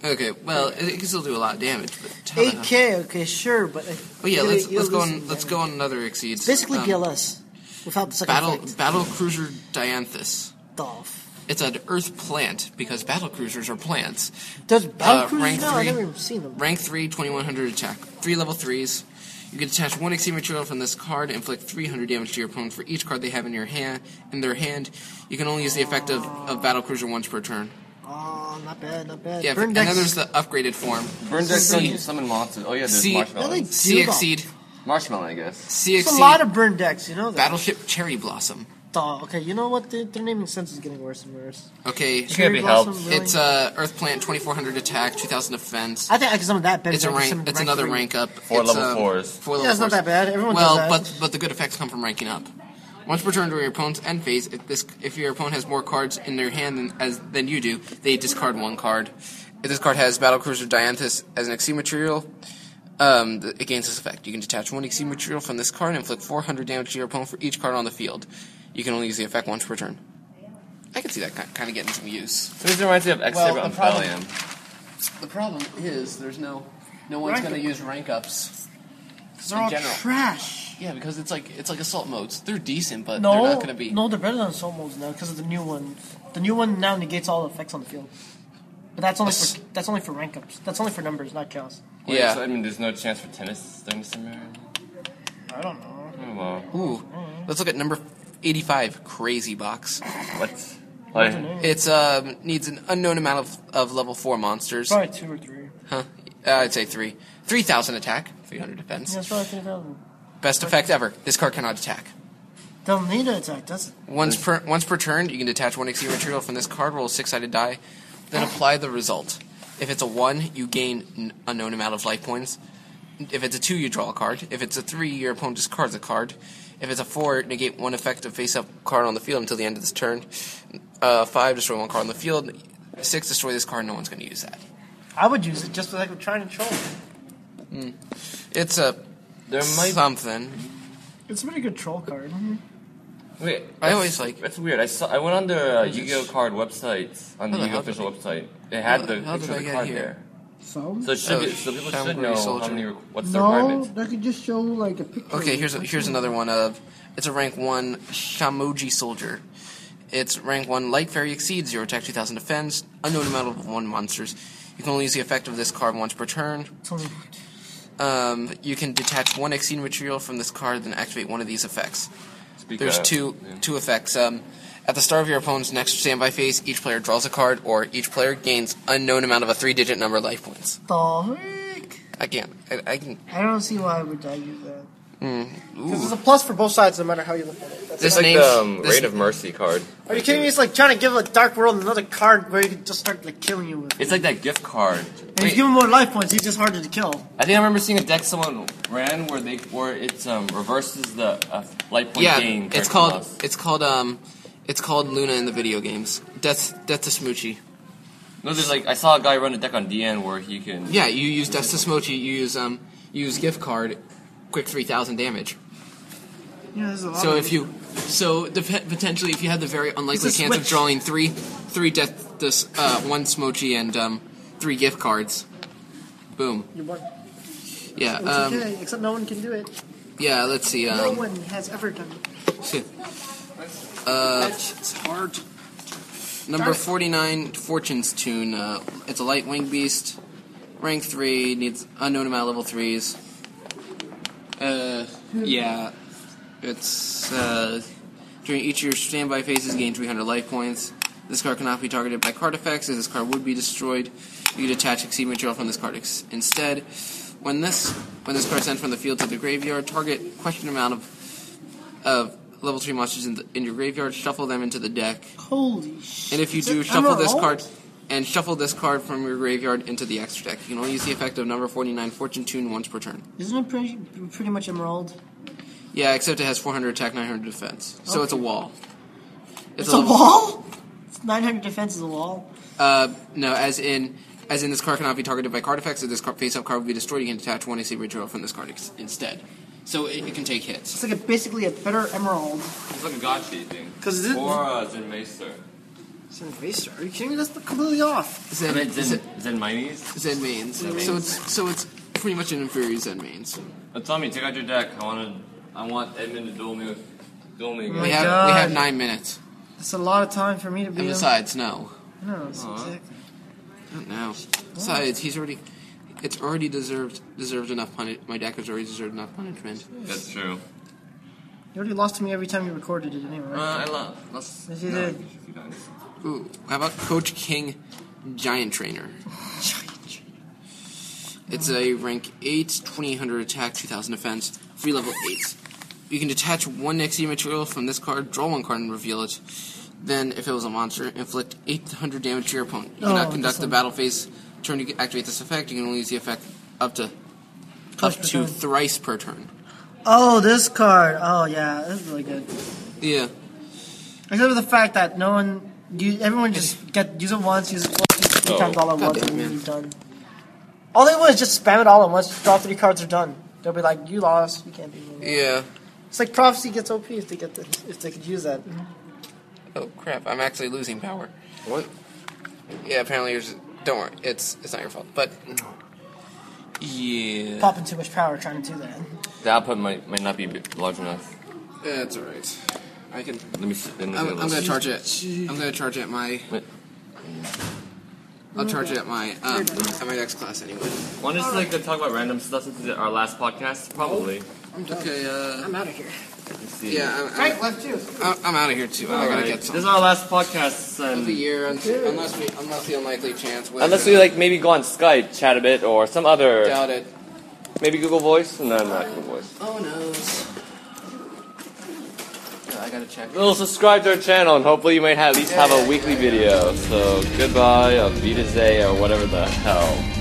[SPEAKER 1] Okay, well, it it can still do a lot of damage. But how the hell-
[SPEAKER 2] 8K, okay, sure, but. uh,
[SPEAKER 1] Oh yeah,
[SPEAKER 2] you'll-
[SPEAKER 1] let's
[SPEAKER 2] you'll
[SPEAKER 1] let's go
[SPEAKER 2] lose
[SPEAKER 1] on.
[SPEAKER 2] some
[SPEAKER 1] Let's
[SPEAKER 2] damage.
[SPEAKER 1] go on another exceeds.
[SPEAKER 2] Basically,
[SPEAKER 1] Um,
[SPEAKER 2] PLS. Without the second
[SPEAKER 1] Battle
[SPEAKER 2] effect.
[SPEAKER 1] Battle Cruiser Dianthus.
[SPEAKER 2] Dolph.
[SPEAKER 1] It's an Earth plant because battle cruisers are plants.
[SPEAKER 2] Does Battle
[SPEAKER 1] Uh,
[SPEAKER 2] Cruiser
[SPEAKER 1] rank
[SPEAKER 2] now? I've
[SPEAKER 1] three.
[SPEAKER 2] never even seen them.
[SPEAKER 1] Rank 3, 2100 attack. 3 level 3s. You can detach one exceed material from this card and inflict 300 damage to your opponent for each card they have in your hand. In their hand, you can only use the effect of, of battle cruiser once per turn.
[SPEAKER 2] Oh, not bad, not bad.
[SPEAKER 1] Yeah,
[SPEAKER 2] Burn
[SPEAKER 1] and
[SPEAKER 2] Dex.
[SPEAKER 1] then there's the upgraded form.
[SPEAKER 5] Burn deck
[SPEAKER 1] See-
[SPEAKER 5] summon, summon monsters. Oh yeah, there's
[SPEAKER 1] See-
[SPEAKER 5] marshmallow.
[SPEAKER 2] Really?
[SPEAKER 1] C
[SPEAKER 2] Dude,
[SPEAKER 1] exceed,
[SPEAKER 5] Marshmallow, I guess.
[SPEAKER 1] C E.
[SPEAKER 2] There's a lot
[SPEAKER 1] exceed,
[SPEAKER 2] of burn decks, you know that.
[SPEAKER 1] battleship cherry blossom.
[SPEAKER 2] Duh, okay, you know what? Their, their naming sense is getting worse and worse.
[SPEAKER 1] Okay,
[SPEAKER 5] It can't be helped.
[SPEAKER 1] it's uh, earth plant 2400 attack, 2000 defense.
[SPEAKER 2] I think I can summon that better.
[SPEAKER 1] It's a
[SPEAKER 2] than I can
[SPEAKER 1] rank.
[SPEAKER 2] summon
[SPEAKER 1] It's another
[SPEAKER 2] three.
[SPEAKER 1] rank up.
[SPEAKER 5] Four
[SPEAKER 1] it's,
[SPEAKER 5] level
[SPEAKER 1] um,
[SPEAKER 5] fours.
[SPEAKER 1] Four level
[SPEAKER 2] Yeah, it's not
[SPEAKER 1] fours.
[SPEAKER 2] that bad. Everyone
[SPEAKER 1] well,
[SPEAKER 2] does that.
[SPEAKER 1] but but the good effects come from ranking up. Once per turn during your opponent's end phase, if this if your opponent has more cards in their hand than as than you do, they discard one card. If this card has Battle Cruiser Dianthus as an exceed material, um, th- it gains this effect. You can detach one exceed material from this card and inflict 400 damage to your opponent for each card on the field. You can only use the effect once per turn. I can see that kind of getting some use.
[SPEAKER 5] This reminds me of X
[SPEAKER 1] Well,
[SPEAKER 5] Saber
[SPEAKER 1] the problem-
[SPEAKER 5] Umbellium.
[SPEAKER 1] The problem is there's no no one's
[SPEAKER 2] Rank
[SPEAKER 1] going to
[SPEAKER 2] up.
[SPEAKER 1] use rank ups.
[SPEAKER 2] They're all
[SPEAKER 1] in general.
[SPEAKER 2] trash.
[SPEAKER 1] Yeah, because it's like it's like assault modes. They're decent, but
[SPEAKER 2] No,
[SPEAKER 1] they're not gonna be.
[SPEAKER 2] no, they're better than soul modes now because of the new one. The new one now negates all effects on the field. But that's only for that's only for rank ups. That's only for numbers, not counts.
[SPEAKER 5] Wait,
[SPEAKER 1] Yeah.
[SPEAKER 5] so, I mean, there's no chance for tennis during the summer.
[SPEAKER 2] I don't know.
[SPEAKER 5] Oh well.
[SPEAKER 1] Ooh, let's look at number eighty-five. Crazy box.
[SPEAKER 5] What? Like,
[SPEAKER 1] It's um needs an unknown amount of, of level four monsters.
[SPEAKER 2] Probably two or three.
[SPEAKER 1] Huh? Uh, I'd say three. Three thousand attack, three hundred defense.
[SPEAKER 2] Yeah, it's probably three thousand.
[SPEAKER 1] Best effect ever. This card cannot attack.
[SPEAKER 2] Doesn't need an attack, does it?
[SPEAKER 1] Once per once per turn, you can detach one exceed material from this card, roll a six-sided die, then apply the result. If it's a one, you gain an unknown amount of life points. If it's a two, you draw a card. If it's a three, your opponent discards a card. If it's a four, negate one effect of face-up card on the field until the end of this turn. Uh, five, destroy one card on the field. Six, destroy this card. No one's going to use that.
[SPEAKER 2] I would use it just like I'm trying to troll.
[SPEAKER 8] It's a
[SPEAKER 5] There might-
[SPEAKER 8] something.
[SPEAKER 2] It's a pretty good troll card.
[SPEAKER 5] Wait,
[SPEAKER 8] I
[SPEAKER 5] that's-
[SPEAKER 8] always like.
[SPEAKER 5] That's weird. I saw. I went on their uh, Yu-Gi-Oh card website on
[SPEAKER 8] How
[SPEAKER 5] the Yu-Gi-Oh
[SPEAKER 8] the hell did
[SPEAKER 5] official website. They
[SPEAKER 8] how
[SPEAKER 5] had
[SPEAKER 8] the
[SPEAKER 5] the
[SPEAKER 8] hell
[SPEAKER 5] picture of
[SPEAKER 8] did I
[SPEAKER 5] the
[SPEAKER 8] get
[SPEAKER 5] card
[SPEAKER 8] here?
[SPEAKER 5] there.
[SPEAKER 11] So?
[SPEAKER 5] So it should be,
[SPEAKER 8] Oh,
[SPEAKER 5] so people
[SPEAKER 8] Foundry
[SPEAKER 5] should know how
[SPEAKER 8] Soldier.
[SPEAKER 5] many. re- What's the
[SPEAKER 11] No,
[SPEAKER 5] requirement?
[SPEAKER 11] that could just show like a picture.
[SPEAKER 8] Okay,
[SPEAKER 11] of
[SPEAKER 8] here's a,
[SPEAKER 11] which
[SPEAKER 8] here's
[SPEAKER 11] one.
[SPEAKER 8] another one of it's a rank one Shamoji soldier. It's rank one light fairy exceeds your attack two thousand defense, unknown amount of one monsters. You can only use the effect of this card once per turn.
[SPEAKER 2] It's only
[SPEAKER 8] Um, you can detach one exceed material from this card, then activate one of these effects.
[SPEAKER 5] Speak
[SPEAKER 8] There's
[SPEAKER 5] up.
[SPEAKER 8] two
[SPEAKER 5] Yeah.
[SPEAKER 8] two effects. Um, at the start of your opponent's next standby phase, each player draws a card, or each player gains unknown amount of a three digit number of life points.
[SPEAKER 2] the heck?
[SPEAKER 8] I can't. I, I can.
[SPEAKER 2] I don't see why would I use that.
[SPEAKER 11] Because it's
[SPEAKER 8] Ooh.
[SPEAKER 11] a plus for both sides, no matter how you look at it. That's
[SPEAKER 8] This
[SPEAKER 5] It's like
[SPEAKER 8] name's-
[SPEAKER 5] the um,
[SPEAKER 8] this-
[SPEAKER 5] Reign of Mercy card.
[SPEAKER 2] Are you kidding me? It's like trying to give like Dark World another card where you can just start like killing you with. it.
[SPEAKER 5] It's like that gift card.
[SPEAKER 2] And if you give him more life points, he's just harder to kill.
[SPEAKER 5] I think I remember seeing a deck someone ran where they where it's um reverses the uh, light point
[SPEAKER 8] Yeah,
[SPEAKER 5] gain.
[SPEAKER 8] it's
[SPEAKER 5] character
[SPEAKER 8] called
[SPEAKER 5] loss.
[SPEAKER 8] it's called um, it's called Luna in the video games. Death Death to Smoochie.
[SPEAKER 5] No, there's like I saw a guy run a deck on DN where he can.
[SPEAKER 8] Yeah, you use Death to Smoochie. You use um, you use gift card, quick three thousand damage.
[SPEAKER 2] Yeah, there's a lot.
[SPEAKER 8] So
[SPEAKER 2] of
[SPEAKER 8] if you, so dep- potentially if you had the very unlikely
[SPEAKER 2] It's a
[SPEAKER 8] chance of
[SPEAKER 2] switch.
[SPEAKER 8] drawing three, three death, this uh, one Smoochie and um, three gift cards, boom.
[SPEAKER 2] You won.
[SPEAKER 8] Yeah,
[SPEAKER 2] It's
[SPEAKER 8] um,
[SPEAKER 2] okay, except no one can do it.
[SPEAKER 8] yeah. Let's see.
[SPEAKER 2] no
[SPEAKER 8] Um,
[SPEAKER 2] one has ever done it.
[SPEAKER 8] see. Uh,
[SPEAKER 1] It's hard.
[SPEAKER 8] Number 49, Fortune's Tune. Uh, it's a light wing beast. Rank 3, needs unknown amount of level 3s. Uh, yeah. It's, uh, during each of your standby phases, gain 300 life points. This card cannot be targeted by card effects, as this card would be destroyed. You detach exceed material from this card ex- instead. When this when this card sent from the field to the graveyard, target question amount of of level three monsters in, the, in your graveyard, shuffle them into the deck.
[SPEAKER 2] Holy shit.
[SPEAKER 8] And if you
[SPEAKER 2] Is
[SPEAKER 8] do,
[SPEAKER 2] it
[SPEAKER 8] shuffle this
[SPEAKER 2] Emerald?
[SPEAKER 8] card and shuffle this card from your graveyard into the extra deck. You can only use the effect of number 49 Fortune Tune once per turn.
[SPEAKER 2] Isn't it pretty, pretty much emerald?
[SPEAKER 8] Yeah, except it has 400 attack, 900 defense. So it's a wall.
[SPEAKER 2] It's, a,
[SPEAKER 8] little-
[SPEAKER 2] wall? It's 900 defense is a wall.
[SPEAKER 8] Uh, no, as in as in this card cannot be targeted by card effects, or this card, face-up card will be destroyed. You can detach one AC redraw from this card ex- instead. So it, it can take hits.
[SPEAKER 2] It's like a, basically a better emerald.
[SPEAKER 5] It's like a gotcha thing.
[SPEAKER 2] 'Cause is it-
[SPEAKER 5] or uh, Zen Maester.
[SPEAKER 2] It's an eraser. Are you kidding me? That's completely off.
[SPEAKER 8] Zen,
[SPEAKER 5] I mean, Zen,
[SPEAKER 8] Zen-
[SPEAKER 5] Zen Minis.
[SPEAKER 8] Zen mains. So it's so it's pretty much an inferior Zen mains.
[SPEAKER 5] Uh, Tommy, take out your deck. I want to. I want Edmund to duel me. With, duel me.
[SPEAKER 2] Oh my
[SPEAKER 8] We
[SPEAKER 5] Again.
[SPEAKER 8] have we
[SPEAKER 2] God.
[SPEAKER 8] have nine minutes.
[SPEAKER 2] That's a lot of time for me to be.
[SPEAKER 8] And besides, no.
[SPEAKER 2] No, it's
[SPEAKER 5] Aw.
[SPEAKER 2] exactly.
[SPEAKER 8] don't know. Besides, he's already. It's already deserved deserved enough punishment. My deck has already deserved enough punishment.
[SPEAKER 5] That's true.
[SPEAKER 2] You already lost to me every time you recorded it anyway.
[SPEAKER 5] Uh, I love. Let's.
[SPEAKER 2] Yes, you
[SPEAKER 5] no,
[SPEAKER 2] did.
[SPEAKER 5] if you guys-
[SPEAKER 8] Ooh, how about Coach King, Giant Trainer? It's a rank 8, 2800 attack, 2000 defense, free level 8. You can detach one XE material from this card, draw one card, and reveal it. Then, if it was a monster, inflict 800 damage to your opponent. You cannot
[SPEAKER 2] Oh,
[SPEAKER 8] conduct
[SPEAKER 2] this
[SPEAKER 8] the
[SPEAKER 2] one.
[SPEAKER 8] battle phase turn to activate this effect. You can only use the effect up to
[SPEAKER 2] Twice
[SPEAKER 8] up
[SPEAKER 2] per
[SPEAKER 8] to
[SPEAKER 2] turn.
[SPEAKER 8] thrice per turn.
[SPEAKER 2] Oh, this card. Oh, yeah, this is really good.
[SPEAKER 8] Yeah.
[SPEAKER 2] Except for the fact that no one, you, everyone just get use it once, use it once, three times all at
[SPEAKER 8] God
[SPEAKER 2] once,
[SPEAKER 8] damn,
[SPEAKER 2] and
[SPEAKER 8] man.
[SPEAKER 2] then you're done. All they want is just spam it all at once. Just draw three cards, are done. They'll be like, you lost, you can't be. moving."
[SPEAKER 8] Yeah.
[SPEAKER 2] It's like prophecy gets OP if they get the, if they could use that.
[SPEAKER 8] Oh crap! I'm actually losing power.
[SPEAKER 5] What?
[SPEAKER 8] Yeah, apparently yours. Don't worry, it's it's not your fault. But yeah,
[SPEAKER 2] Popping too much power trying to do that.
[SPEAKER 5] The output might might not be large enough.
[SPEAKER 8] that's all right. I can.
[SPEAKER 5] Let me. see- Let me
[SPEAKER 8] I'm,
[SPEAKER 5] do
[SPEAKER 8] I'm gonna
[SPEAKER 5] this.
[SPEAKER 8] charge it. I'm gonna charge it at my.
[SPEAKER 5] Wait.
[SPEAKER 8] I'll charge it at my um at my next class anyway.
[SPEAKER 5] Want to just like to talk about random stuff since it's our last podcast? Probably.
[SPEAKER 8] Okay. Uh,
[SPEAKER 2] out of here.
[SPEAKER 5] Let's see.
[SPEAKER 8] yeah, I'm,
[SPEAKER 2] Right, left too.
[SPEAKER 8] I'm, I'm out of here too. I gotta
[SPEAKER 5] Alright.
[SPEAKER 8] get
[SPEAKER 5] This is
[SPEAKER 8] some
[SPEAKER 5] our last podcast.
[SPEAKER 8] of
[SPEAKER 5] And
[SPEAKER 8] the year un- unless we unless the unlikely chance. wins.
[SPEAKER 5] Unless we like maybe go on Skype, chat a bit, or some other
[SPEAKER 8] doubt it.
[SPEAKER 5] maybe Google Voice, and no, not Google Voice.
[SPEAKER 8] Oh no. I gotta check.
[SPEAKER 5] Well, subscribe to our channel, and hopefully you might have, at least have a weekly video. So goodbye, or or whatever the hell.